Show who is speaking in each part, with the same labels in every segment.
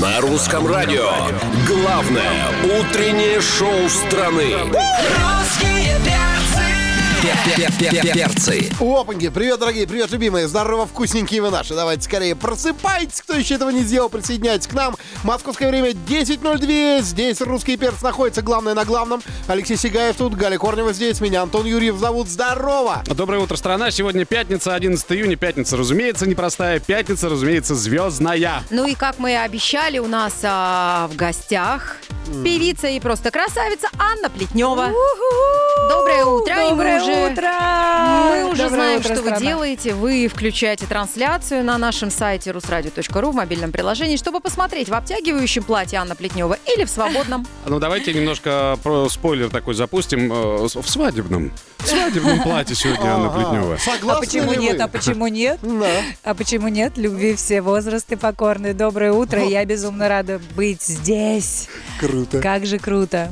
Speaker 1: На русском радио. Главное утреннее шоу страны.
Speaker 2: Русские перцы.
Speaker 1: Перцы.
Speaker 3: Опаньки, привет, дорогие, привет, любимые, здорово, вкусненькие вы наши. Давайте скорее просыпайтесь, кто еще этого не сделал, присоединяйтесь к нам. Московское время 10.02, здесь русский перц находится, главное на главном. Алексей Сигаев тут, Галя Корнева здесь, меня Антон Юрьев зовут, здорово.
Speaker 4: Доброе утро, страна. Сегодня пятница, 11 июня. Пятница, разумеется, непростая. Пятница, разумеется, звездная.
Speaker 5: Ну и как мы и обещали, у нас а, в гостях певица и просто красавица Анна Плетнева. Доброе утро. и мы
Speaker 6: Доброе
Speaker 5: уже-
Speaker 6: утро!
Speaker 5: Мы уже
Speaker 6: Доброе
Speaker 5: знаем,
Speaker 6: утро,
Speaker 5: что
Speaker 6: страна.
Speaker 5: вы делаете. Вы включаете трансляцию на нашем сайте rusradio.ru в мобильном приложении, чтобы посмотреть в обтягивающем платье Анна Плетнева или в свободном.
Speaker 4: Ну, давайте немножко про спойлер такой запустим. э, с- В свадебном. В свадебном платье сегодня Анна Плетнева.
Speaker 3: Согласны
Speaker 6: А почему
Speaker 3: ли
Speaker 6: нет?
Speaker 3: вы?
Speaker 6: А почему нет?
Speaker 3: Да.
Speaker 6: А почему нет? Любви все возрасты покорны. Доброе утро. Я безумно рада быть здесь.
Speaker 3: Круто.
Speaker 6: Как же круто.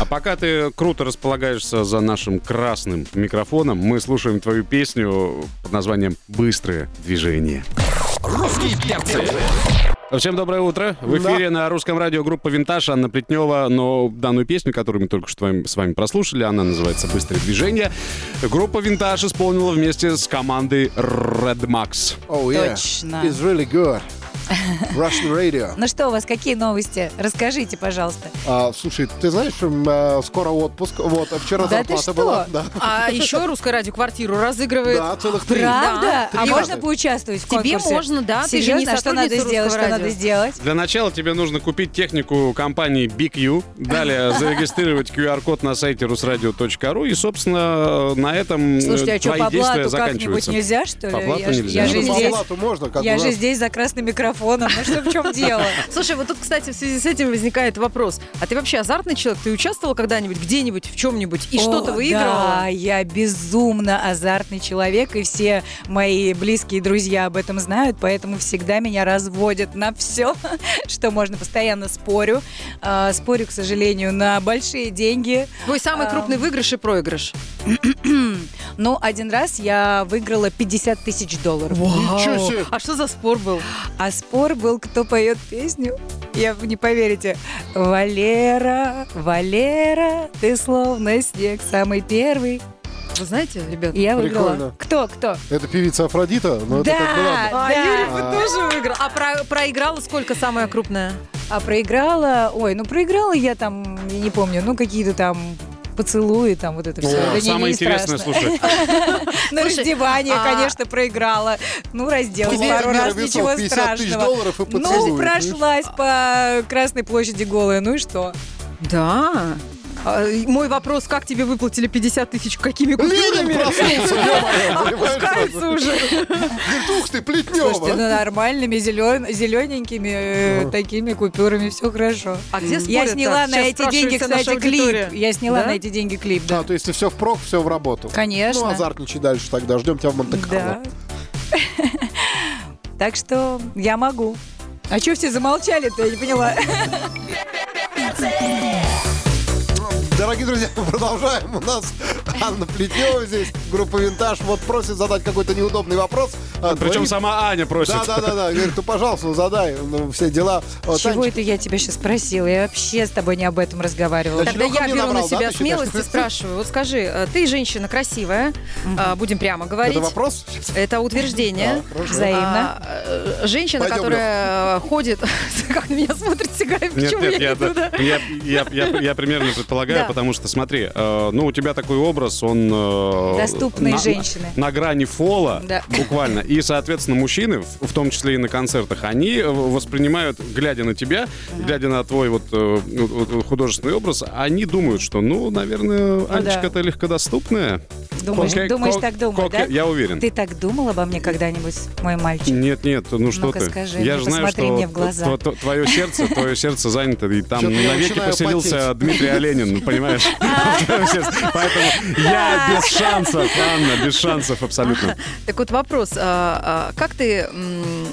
Speaker 4: А пока ты круто располагаешься за нашим красным микрофоном, мы слушаем твою песню под названием «Быстрое движение».
Speaker 1: Русские перцы.
Speaker 4: Всем доброе утро. В эфире на русском радио группа «Винтаж» Анна Плетнева. Но данную песню, которую мы только что вами- с вами прослушали, она называется «Быстрое движение». Группа «Винтаж» исполнила вместе с командой Red Max.
Speaker 3: Oh, yeah.
Speaker 6: Точно.
Speaker 3: It's really good. Russian radio.
Speaker 6: Ну что у вас, какие новости? Расскажите, пожалуйста.
Speaker 3: А, слушай, ты знаешь, м, э, скоро отпуск. Вот, а вчера
Speaker 6: Да ты
Speaker 3: зарплата
Speaker 6: что? Э,
Speaker 3: была. Да.
Speaker 5: А еще русское радио квартиру разыгрывает.
Speaker 3: Да, целых три.
Speaker 6: Правда?
Speaker 5: Да.
Speaker 6: А
Speaker 5: И
Speaker 6: можно поучаствовать в
Speaker 5: Тебе
Speaker 6: конкурсе?
Speaker 5: можно, да, ты же не
Speaker 6: Серьезно? А что
Speaker 5: сотрудница
Speaker 6: надо сделать?
Speaker 5: Русского
Speaker 6: Что надо
Speaker 5: радио.
Speaker 6: сделать?
Speaker 4: Для начала тебе нужно купить технику компании BQ, далее зарегистрировать QR-код на сайте rusradio.ru и, собственно, на этом э,
Speaker 6: Слушайте, а что,
Speaker 4: твои
Speaker 6: по блату
Speaker 4: действия
Speaker 6: как-нибудь
Speaker 4: заканчиваются.
Speaker 6: нельзя, что ли?
Speaker 4: По блату
Speaker 6: Я ж-
Speaker 4: нельзя.
Speaker 6: Я
Speaker 4: Ну,
Speaker 6: же
Speaker 3: Ну, по
Speaker 6: здесь.
Speaker 3: блату можно, как
Speaker 6: Я
Speaker 3: у
Speaker 6: же
Speaker 3: нас.
Speaker 6: здесь за красным микрофоном. Ну что, в чем дело?
Speaker 5: Слушай, вот тут, кстати, в связи с этим возникает вопрос. А ты вообще азартный человек? Ты участвовал когда-нибудь где-нибудь в чем-нибудь и
Speaker 6: О,
Speaker 5: что-то выигрывала?
Speaker 6: Да, я безумно азартный человек, и все мои близкие друзья об этом знают, поэтому всегда меня разводят на все, что можно. Постоянно спорю. А, Спорю, к сожалению, на большие деньги.
Speaker 5: Твой
Speaker 6: Эм.
Speaker 5: самый крупный выигрыш и проигрыш.
Speaker 6: Но Ну, один раз я выиграла 50 тысяч долларов.
Speaker 3: Ничего себе.
Speaker 5: А что за спор был?
Speaker 6: А спор был, кто поет песню. Я вы не поверите. Валера, Валера, ты словно снег, самый первый.
Speaker 5: Вы знаете, ребят?
Speaker 6: И я выиграла.
Speaker 3: Прикольно.
Speaker 6: Кто, кто?
Speaker 3: Это певица Афродита, но это как бы ладно.
Speaker 6: Да,
Speaker 5: А, Юрий,
Speaker 6: да.
Speaker 5: вы тоже выиграл. А про- проиграла сколько самая крупная?
Speaker 6: А проиграла, ой, ну проиграла я там, я не помню, ну какие-то там поцелуи, там вот это все.
Speaker 4: О, Ну, самое интересное, слушай.
Speaker 6: На
Speaker 5: Слушай,
Speaker 6: раздевание,
Speaker 5: а-
Speaker 6: конечно, проиграла. Ну, разделась
Speaker 3: Тебе
Speaker 6: пару раз,
Speaker 3: Весов
Speaker 6: ничего
Speaker 3: 50 тысяч
Speaker 6: страшного.
Speaker 3: долларов и поцелуй.
Speaker 6: Ну, прошлась по Красной площади голая, ну и что?
Speaker 5: Да. А, и мой вопрос, как тебе выплатили 50 тысяч? Какими
Speaker 3: Ленин
Speaker 5: купюрами?
Speaker 3: проснулся, ё-моё, понимаешь?
Speaker 5: Опускается уже.
Speaker 3: Говорит, Ух ты,
Speaker 6: Слушайте,
Speaker 3: Плетнева.
Speaker 6: ну нормальными зелен- зелененькими э, такими купюрами все хорошо.
Speaker 5: А где
Speaker 6: Я
Speaker 5: спорят-то?
Speaker 6: сняла на
Speaker 5: Сейчас
Speaker 6: эти деньги,
Speaker 5: спрашивается наша
Speaker 6: кстати, клип.
Speaker 5: аудитория.
Speaker 6: Я сняла
Speaker 5: Да?
Speaker 6: на эти деньги клип, да.
Speaker 3: Да, то есть ты все впрок, все в работу.
Speaker 6: Конечно.
Speaker 3: Ну, азартничай дальше тогда. Ждем тебя в
Speaker 6: Да.
Speaker 3: Монте-Карло.
Speaker 6: Так что я могу. А что все замолчали-то, я не поняла.
Speaker 3: Ну, Дорогие друзья, продолжаем. У нас Анна Плетнева здесь, группа «Винтаж». Вот просит задать какой-то неудобный вопрос. А,
Speaker 4: Причем
Speaker 3: говорит,
Speaker 4: сама Аня Ну, просит.
Speaker 3: Да, да, да, да. Говорит, ну, пожалуйста, ну, задай ну, все дела. Вот,
Speaker 6: Чего
Speaker 3: Танечка,
Speaker 6: это я тебя сейчас спросила? Я вообще с тобой не об этом разговаривала.
Speaker 3: Да
Speaker 5: Тогда
Speaker 3: Шлюха
Speaker 5: я
Speaker 3: мне
Speaker 5: беру
Speaker 3: набрал,
Speaker 5: на
Speaker 3: да,
Speaker 5: себя
Speaker 3: ты считаешь?
Speaker 5: смелость и спрашиваю. Вот скажи, э, ты женщина красивая, а, будем прямо говорить.
Speaker 3: Это вопрос?
Speaker 5: Это утверждение.
Speaker 3: Да, хорошо.
Speaker 6: Взаимно.
Speaker 5: А, э, женщина,
Speaker 3: Пойдем,
Speaker 5: которая э, ходит, как на меня смотрит
Speaker 4: Нет,
Speaker 5: Сигаев, почему
Speaker 4: нет,
Speaker 5: я
Speaker 4: я,
Speaker 5: иду, да?
Speaker 4: я, я- я- я примерно предполагаю,
Speaker 5: Да.
Speaker 4: потому что, смотри, э, ну, у тебя такой образ, он... э,
Speaker 6: Доступные
Speaker 4: на-
Speaker 6: женщины.
Speaker 4: На, грани фола,
Speaker 6: Да.
Speaker 4: буквально. И, соответственно, мужчины, в, в том числе и на концертах, они э, воспринимают, глядя на тебя, глядя на твой вот э, ну, вот художественный образ, они думают, что, ну, наверное, Анечка-то легкодоступная.
Speaker 6: Думаешь,
Speaker 4: Коке-
Speaker 6: думаешь
Speaker 4: ко-
Speaker 6: так думаешь,
Speaker 4: коке-
Speaker 6: да?
Speaker 4: Я уверен.
Speaker 6: Ты так думал обо мне когда-нибудь, мой мальчик?
Speaker 4: Нет, нет, ну что
Speaker 6: Ну-ка
Speaker 4: ты?
Speaker 6: скажи
Speaker 4: я
Speaker 6: мне,
Speaker 4: же знаю,
Speaker 6: посмотри
Speaker 4: что
Speaker 6: мне в глаза.
Speaker 4: т- т- твое сердце, твое сердце занято, и там
Speaker 3: Чё-то я
Speaker 4: навеки
Speaker 3: начинаю
Speaker 4: поселился
Speaker 3: потеть.
Speaker 4: Дмитрий Оленин, ну, понимаешь?
Speaker 6: А.
Speaker 4: В твоём сердце. Поэтому я без шансов, Анна, без шансов абсолютно.
Speaker 5: Так вот вопрос, а, а, как ты м,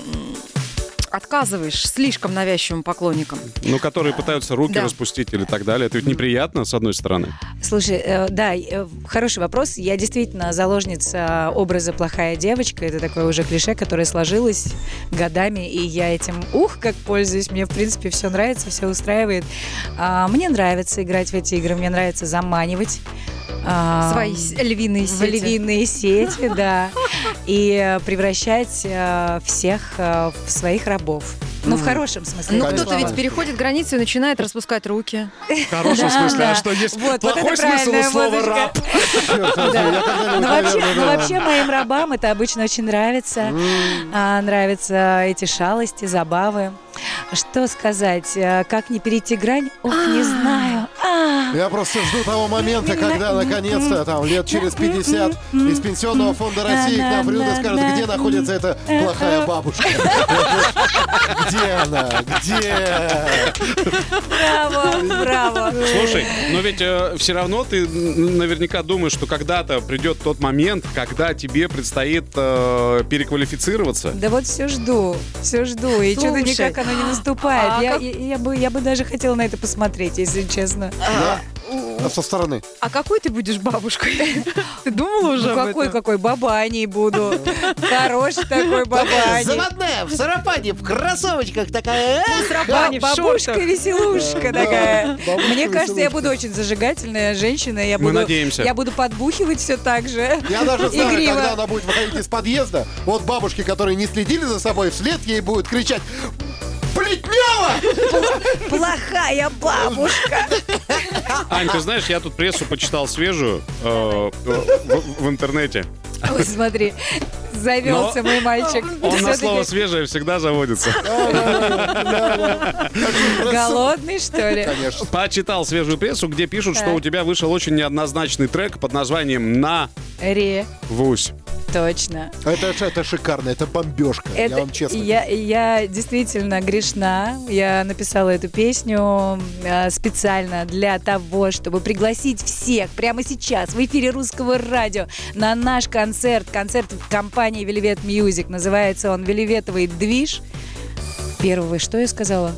Speaker 5: отказываешь слишком навязчивым поклонникам.
Speaker 4: Ну, которые пытаются руки
Speaker 5: Да.
Speaker 4: распустить или так далее. Это ведь неприятно, с одной стороны.
Speaker 6: Слушай, э, да, э, хороший вопрос. Я действительно заложница образа плохая девочка. Это такое уже клише, которое сложилось годами, и я этим, ух, как пользуюсь. Мне, в принципе, все нравится, все устраивает. А, мне нравится играть в эти игры, мне нравится заманивать. а,
Speaker 5: Свои с- львиные
Speaker 6: в
Speaker 5: сети.
Speaker 6: львиные сети, да, и э, превращать э, всех э, в своих рабов. Ну, в хорошем смысле.
Speaker 5: Ну,
Speaker 6: этого
Speaker 5: кто-то
Speaker 6: слова.
Speaker 5: ведь переходит границу и начинает распускать руки.
Speaker 4: В хорошем смысле.
Speaker 6: да.
Speaker 4: А что, есть
Speaker 6: Вот, вот
Speaker 4: плохой
Speaker 6: это
Speaker 4: смысл у
Speaker 6: правильная
Speaker 4: слова
Speaker 6: музыка.
Speaker 4: «раб»?
Speaker 6: Ну, вообще, ну, вообще моим рабам это обычно очень нравится. А, нравятся эти шалости, забавы. Что сказать? а, Как не перейти грань? Ох, не знаю. А,
Speaker 3: Я просто жду того момента, когда наконец-то там лет через 50 из Пенсионного фонда России к нам придут и скажут, где находится эта плохая бабушка. Где она? Где?
Speaker 5: А
Speaker 6: Браво, браво.
Speaker 4: Слушай, но ведь все равно ты м, наверняка думаешь, что когда-то придет тот момент, когда тебе предстоит э, переквалифицироваться.
Speaker 6: Да вот все жду, все жду, и что-то
Speaker 5: Слушай,
Speaker 6: никак оно не наступает.
Speaker 5: а
Speaker 6: я,
Speaker 5: как-
Speaker 6: я- я бы, я бы даже хотела на это посмотреть, если честно.
Speaker 3: А со стороны.
Speaker 5: А какой ты будешь бабушкой? Ты думала уже
Speaker 6: Ну,
Speaker 5: об
Speaker 6: какой,
Speaker 5: этом?
Speaker 6: какой бабаней буду. Хороший такой бабаней.
Speaker 3: Заводная, в сарафане, в кроссовочках такая. э,
Speaker 5: Бабаня в
Speaker 6: Бабушка
Speaker 5: шортах.
Speaker 6: веселушка такая.
Speaker 3: бабушка
Speaker 6: Мне кажется, я
Speaker 3: веселушка.
Speaker 6: буду очень зажигательная женщина. Я
Speaker 4: Мы
Speaker 6: буду,
Speaker 4: надеемся.
Speaker 6: Я буду подбухивать все так же.
Speaker 3: Я даже знаю,
Speaker 6: Игриво.
Speaker 3: когда она будет выходить из подъезда, вот бабушки, которые не следили за собой, вслед ей будут кричать «Плетнева!»
Speaker 6: Плохая бабушка.
Speaker 4: Ань, ты знаешь, я тут прессу почитал свежую э, в, в интернете.
Speaker 6: Ой, смотри, завелся мой мальчик.
Speaker 4: Он на
Speaker 6: Всё-таки
Speaker 4: А слово «свежее» всегда заводится.
Speaker 6: голодный, что ли?
Speaker 3: Конечно.
Speaker 4: Почитал свежую прессу, где пишут, что
Speaker 6: Так.
Speaker 4: у тебя вышел очень неоднозначный трек под названием «На
Speaker 6: Ре,
Speaker 4: Вусь».
Speaker 6: точно.
Speaker 3: Это, это шикарно, это бомбежка, я вам честно
Speaker 6: я, я действительно грешна. Я написала эту песню э, специально для того, чтобы пригласить всех прямо сейчас в эфире русского радио на наш концерт. Концерт в компании Velvet Music. Называется он «Велеветовый движ». Первого, что я сказала?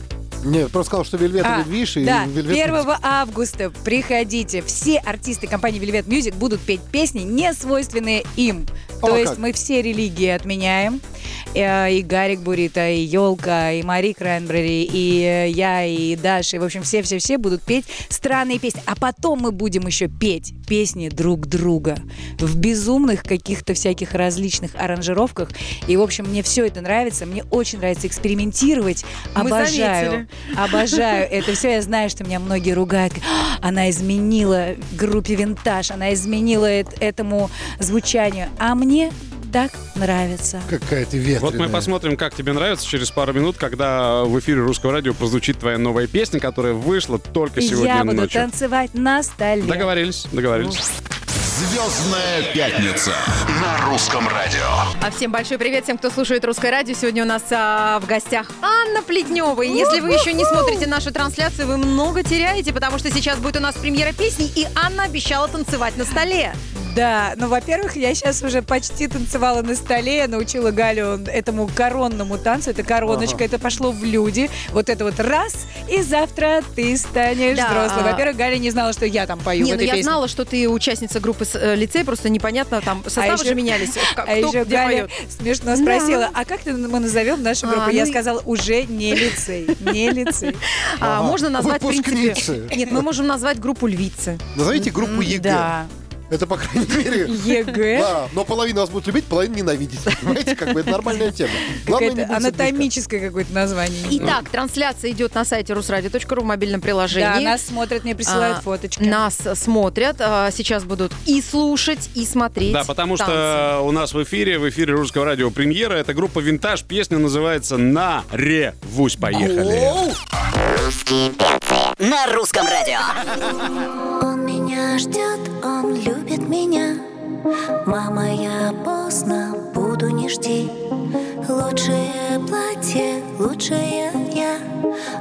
Speaker 3: Нет, просто сказал, что Вельвет
Speaker 6: А,
Speaker 3: и Виш, и
Speaker 6: да,
Speaker 3: Вельвет
Speaker 6: 1 августа приходите. Все артисты компании Velvet Music будут петь песни, не свойственные им.
Speaker 3: О,
Speaker 6: То есть
Speaker 3: как.
Speaker 6: мы все религии отменяем. Э, И Гарик Бурита, и Елка, и Мари Крайнбрери, и э, я, и Даша. И, В общем, все-все-все будут петь странные песни. А потом мы будем еще петь песни друг друга в безумных каких-то всяких различных аранжировках. И, в общем, мне все это нравится. Мне очень нравится экспериментировать.
Speaker 5: Мы
Speaker 6: Обожаю.
Speaker 5: заметили.
Speaker 6: Обожаю это все. Я знаю, что меня многие ругают. «А, Она изменила группе «Винтаж», она изменила э- этому звучанию. А мне так нравится.
Speaker 3: Какая ты ветреная.
Speaker 4: Вот мы посмотрим, как тебе нравится через пару минут, когда в эфире русского радио прозвучит твоя новая песня, которая вышла только сегодня
Speaker 6: Я буду
Speaker 4: ночью.
Speaker 6: танцевать на столе.
Speaker 4: Договорились, договорились.
Speaker 1: Звездная пятница.
Speaker 7: на русском радио.
Speaker 5: А всем большой привет всем, кто слушает Русское радио. Сегодня у нас а, в гостях Анна Плетнева. И если вы еще не смотрите нашу трансляцию, вы много теряете, потому что сейчас будет у нас премьера песни, и Анна обещала танцевать на столе.
Speaker 6: Да, ну, во-первых, я сейчас уже почти танцевала на столе, я научила Галю этому коронному танцу, это короночка, это пошло в люди, вот это вот раз, и завтра ты станешь
Speaker 5: Да. а
Speaker 6: взрослой. Во-первых, Галя не знала, что я там пою в
Speaker 5: Не, ну
Speaker 6: этой
Speaker 5: я
Speaker 6: песне.
Speaker 5: знала, что ты участница группы с- э, лицей, просто непонятно, там составы
Speaker 6: еще-
Speaker 5: же менялись. э, к-
Speaker 6: А
Speaker 5: кто
Speaker 6: еще
Speaker 5: где
Speaker 6: Галя
Speaker 5: поет.
Speaker 6: смешно спросила, а как ты- мы назовем нашу
Speaker 5: А,
Speaker 6: группу? Я
Speaker 5: ну и-
Speaker 6: сказала, уже не лицей, не лицей.
Speaker 5: А,
Speaker 3: Ага.
Speaker 5: можно назвать, в принципе...
Speaker 3: Выпускницы.
Speaker 5: Нет, мы можем назвать группу львицы.
Speaker 3: Назовите группу ЕГЭ.
Speaker 6: Да,
Speaker 3: Это, по крайней мере...
Speaker 6: ЕГЭ.
Speaker 3: Да, но половина вас будет любить, половина ненавидеть. Понимаете, как бы это нормальная тема. не
Speaker 6: Какое-то
Speaker 3: будем сердечко.
Speaker 6: анатомическое какое-то название.
Speaker 5: Итак,
Speaker 4: Ну.
Speaker 5: трансляция идет на сайте rusradio.ru в мобильном
Speaker 6: Да,
Speaker 5: приложении.
Speaker 6: нас смотрят, мне присылают
Speaker 5: А,
Speaker 6: фоточки.
Speaker 5: Нас смотрят. а, Сейчас будут и слушать, и смотреть.
Speaker 4: Да, потому
Speaker 5: танцы.
Speaker 4: что у нас в эфире, в эфире русского радио премьера, это группа «Винтаж», песня называется «На ревусь». Поехали.
Speaker 8: На русском радио.
Speaker 9: Он меня ждет, он любит меня. Мама, я поздно буду, не жди. Лучшее платье, лучшая я.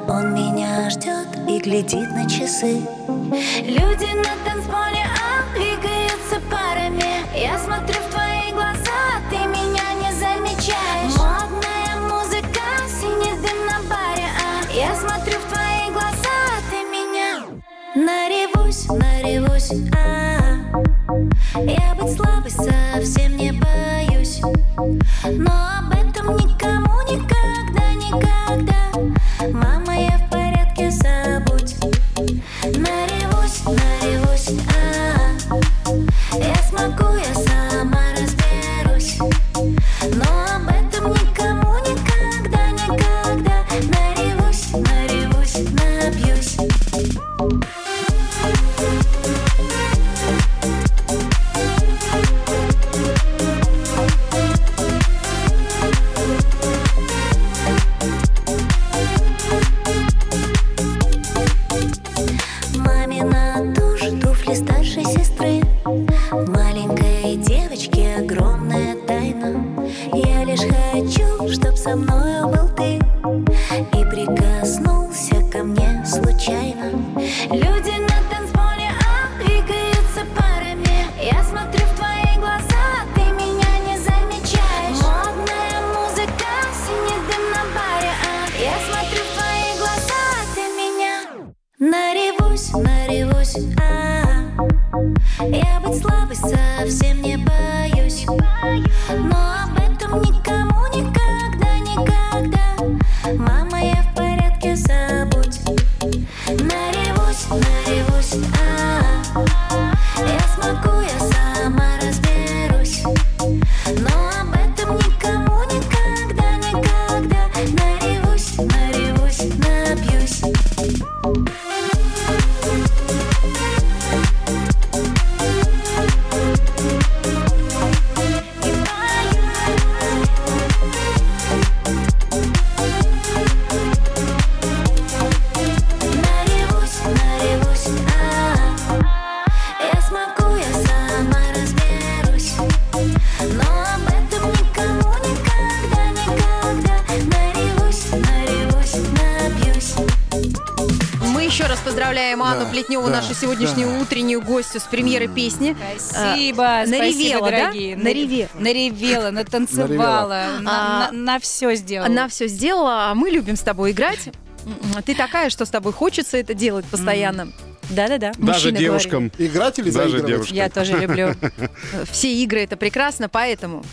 Speaker 9: Он меня ждет и глядит на часы. Люди на танцполе, а двигаются парами. Я смотрю в твои глаза, ты меня не замечаешь. Модная музыка, синий а Я смотрю в твои глаза, а ты меня Наревусь, наревусь, а Я быть слабой совсем не боюсь Но об этом никому никогда, никогда Мама, я в порядке, забудь Наревусь, наревусь, а Я смогу, я сама разберусь но об этом никому никогда, никогда Наревусь, наревусь, напьюсь Мамина душ, туфли старшей сестры Маленькой девочке огромная тайна Я лишь хочу, чтоб со мною был ты И прикоснулся ко мне случайно Люди на танцполе, а двигаются парами Я смотрю в твои глаза, а ты меня не замечаешь Модная музыка, синий дым на баре, а Я смотрю в твои глаза, а ты меня Наревусь, наревусь, а Я быть слабой совсем не боюсь Но об этом никому никогда, никогда Мама, я в порядке, забудь Наревусь, наревусь, а Я смогу, я сама разберусь Но об этом никому никогда, никогда Наревусь, наревусь, напьюсь Наревусь, наревусь, а Я смогу, я сама разберусь Но об этом никому никогда, никогда Наревусь, наревусь, напьюсь
Speaker 5: Мы еще раз поздравляем Анну Плетневу, нашу сегодняшнюю утреннюю гостью с премьеры песни.
Speaker 6: Спасибо,
Speaker 5: А,
Speaker 6: спасибо,
Speaker 5: наревела, да?
Speaker 6: дорогие. Нар-
Speaker 5: Наревела.
Speaker 6: Наревела, натанцевала, на,
Speaker 5: А,
Speaker 6: все сделала.
Speaker 5: Она все сделала, а мы любим с тобой играть. М, Ты такая, что с тобой хочется это делать постоянно.
Speaker 6: Да-да-да.
Speaker 4: Даже
Speaker 5: Мужчины
Speaker 4: девушкам.
Speaker 3: Играть или
Speaker 4: Даже
Speaker 3: заигрывать?
Speaker 4: девушка.
Speaker 6: Я тоже люблю.
Speaker 5: говорили. Все игры это прекрасно, поэтому.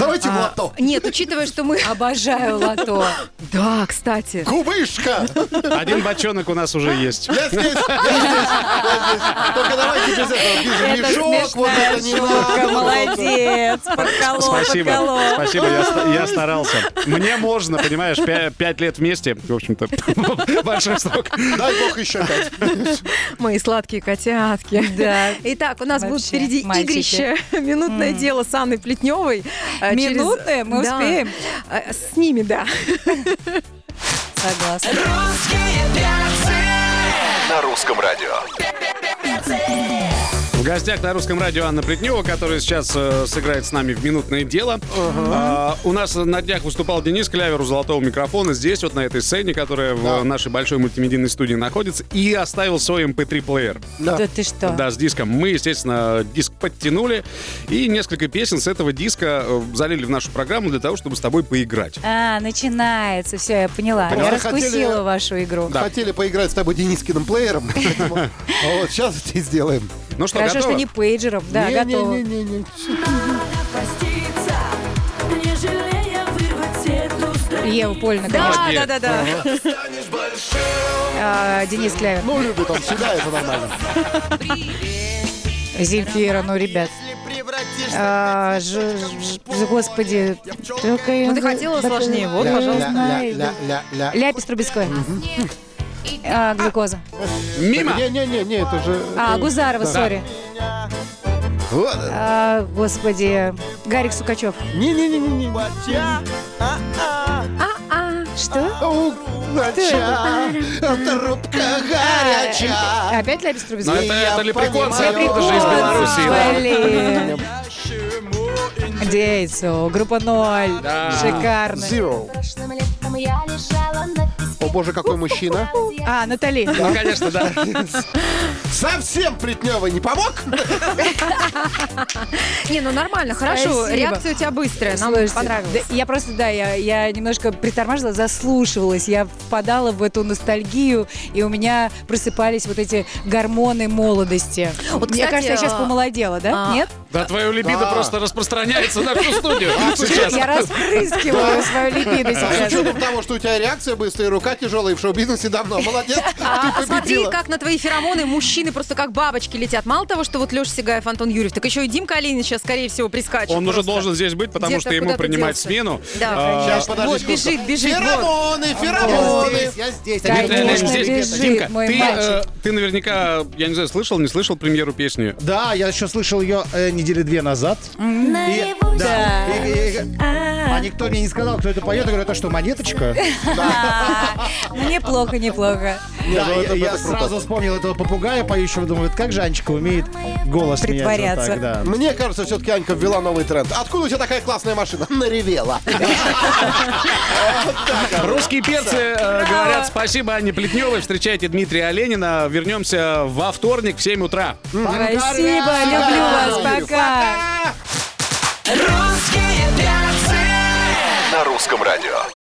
Speaker 3: Давайте в
Speaker 5: А,
Speaker 3: лото.
Speaker 5: Нет, учитывая, что мы.
Speaker 6: Обожаю лото.
Speaker 5: Да, кстати.
Speaker 3: Кубышка!
Speaker 4: Один бочонок у нас уже есть.
Speaker 3: Я здесь, я здесь, я здесь. Только давайте без этого, без
Speaker 6: Это
Speaker 3: мешок, вот это не
Speaker 6: смешная шутка,
Speaker 3: надо.
Speaker 6: молодец. Подколол,
Speaker 4: Спасибо,
Speaker 6: подколол.
Speaker 4: спасибо, я, ста- я старался. Мне можно, понимаешь, пя- пять лет вместе, в общем-то, большой срок.
Speaker 3: Дай бог еще пять.
Speaker 5: Мои сладкие котятки.
Speaker 6: Да.
Speaker 5: Итак, у нас будут
Speaker 6: Вообще,
Speaker 5: впереди
Speaker 6: мальчики.
Speaker 5: игрище. Минутное дело с Анной Плетневой. А, через-
Speaker 6: Минутное? Мы
Speaker 5: Да.
Speaker 6: успеем?
Speaker 5: А, С ними, да.
Speaker 6: Согласна.
Speaker 2: Русские перцы.
Speaker 7: На русском радио.
Speaker 4: В гостях на русском радио Анна Плетнева, которая сейчас э, сыграет с нами в минутное дело. А, у нас на днях выступал Денис Клявер у золотого микрофона здесь, вот на этой сцене, которая в нашей большой мультимедийной студии находится, и оставил свой эм mp3-плеер.
Speaker 6: Да ты что?
Speaker 4: Да, с диском. Мы, естественно, диск подтянули и несколько песен с этого диска э, залили в нашу программу для того, чтобы с тобой поиграть.
Speaker 6: А, начинается. Все, я поняла.
Speaker 3: Просто
Speaker 6: Я раскусила
Speaker 3: хотели-
Speaker 6: вашу игру.
Speaker 3: Хотели поиграть с тобой Денискиным плеером, поэтому- а вот сейчас это и сделаем.
Speaker 4: Ну что,
Speaker 6: Хорошо,
Speaker 4: готова?
Speaker 6: что не пейджером. Да, готова.
Speaker 3: Не-не-не-не-не.
Speaker 6: Ева Польна, конечно.
Speaker 5: Да, да, да, да.
Speaker 6: А, Денис Клявер.
Speaker 3: Ну, любит он себя, это нормально.
Speaker 6: Земфира, ну, ребят. А, ж- ж- ж- господи. Только я-
Speaker 5: Ну, ты хотела
Speaker 6: Да,
Speaker 5: сложнее. Вот,
Speaker 6: да,
Speaker 5: пожалуйста.
Speaker 6: знаю, да.
Speaker 3: Ля-ля-ля-ля.
Speaker 6: Ляпис Трубецкой. А, глюкоза.
Speaker 4: Мимо!
Speaker 3: Не-не-не, это же...
Speaker 6: А,
Speaker 3: это-
Speaker 6: Гузарова,
Speaker 3: да.
Speaker 6: сори.
Speaker 3: Вот это.
Speaker 6: А, господи. Гарик Сукачев.
Speaker 3: Не-не-не-не-не.
Speaker 6: Что?
Speaker 3: У ноча, трубка горяча.
Speaker 6: Опять Ляпис
Speaker 4: Ну
Speaker 6: Трубецкой?
Speaker 4: это, а ну, это леприконцы,
Speaker 3: понимаю.
Speaker 4: откуда же из Беларуси. да.
Speaker 6: Блин. Дейцо, группа ноль. Шикарно.
Speaker 3: Zero.
Speaker 9: Прошлым летом я лежала на песке
Speaker 3: боже, какой мужчина.
Speaker 6: А, Натали.
Speaker 4: Ну, конечно, да.
Speaker 3: Совсем Плетнева не помог?
Speaker 5: Не, ну нормально, хорошо.
Speaker 6: Спасибо.
Speaker 5: Реакция у тебя быстрая, нам
Speaker 6: Слушайте,
Speaker 5: понравилось.
Speaker 6: да, я просто, да, я, я немножко притормаживала, заслушивалась, я впадала в эту ностальгию, и у меня просыпались вот эти гормоны молодости.
Speaker 5: Вот,
Speaker 6: Мне
Speaker 5: кстати,
Speaker 6: кажется, я сейчас
Speaker 5: а,
Speaker 6: помолодела, да?
Speaker 5: а,
Speaker 6: Нет?
Speaker 4: Да, твое либидо
Speaker 3: Да.
Speaker 4: просто распространяется на всю студию. Сейчас.
Speaker 6: А, Я распрыскиваю свою либидо
Speaker 3: С
Speaker 6: сейчас.
Speaker 3: учетом того, что у тебя реакция быстрая, рука тяжелая, и в шоу-бизнесе давно. Молодец,
Speaker 5: А,
Speaker 3: ты
Speaker 5: смотри,
Speaker 3: победила.
Speaker 5: как на твои феромоны мужчины просто как бабочки летят. Мало того, что вот Леша Сигаев, Антон Юрьев, так еще и Димка Оленин сейчас, скорее всего, прискачет.
Speaker 4: Он уже
Speaker 5: просто.
Speaker 4: должен а, здесь быть, потому
Speaker 5: Где-то
Speaker 4: что ему
Speaker 5: куда-то
Speaker 4: принимать
Speaker 5: делся.
Speaker 4: смену.
Speaker 5: Да.
Speaker 4: э,
Speaker 3: Сейчас, подожди
Speaker 5: Вот,
Speaker 3: секунду.
Speaker 5: бежит, бежит. вот.
Speaker 3: Феромоны, феромоны. Я здесь.
Speaker 6: я здесь. Конечно,
Speaker 4: э, Здесь-
Speaker 6: бежит
Speaker 4: Димка,
Speaker 6: мой
Speaker 4: ты,
Speaker 6: мальчик.
Speaker 4: э, ты наверняка, я не знаю, слышал, не слышал премьеру песни?
Speaker 8: Да, я еще слышал ее э, недели две назад. И-
Speaker 9: Наяву
Speaker 8: да. И- и- и- а никто мне не сказал, кто это поет. Я говорю, это что, монеточка?
Speaker 6: Мне плохо, неплохо.
Speaker 8: Да,
Speaker 3: Ну,
Speaker 8: я- я сразу вспомнил этого попугая поющего. Думаю, вот как же Анечка умеет голос менять вот
Speaker 6: Притворяться.
Speaker 8: так, да.
Speaker 3: Мне кажется, все-таки Анька ввела новый тренд. Откуда у тебя такая классная машина? Наревела.
Speaker 4: Русские перцы э, говорят спасибо Анне Плетневой. Встречайте Дмитрия Оленина. Вернемся во вторник в 7 утра.
Speaker 6: Спасибо, люблю вас, пока.
Speaker 2: Русские перцы
Speaker 7: На русском радио.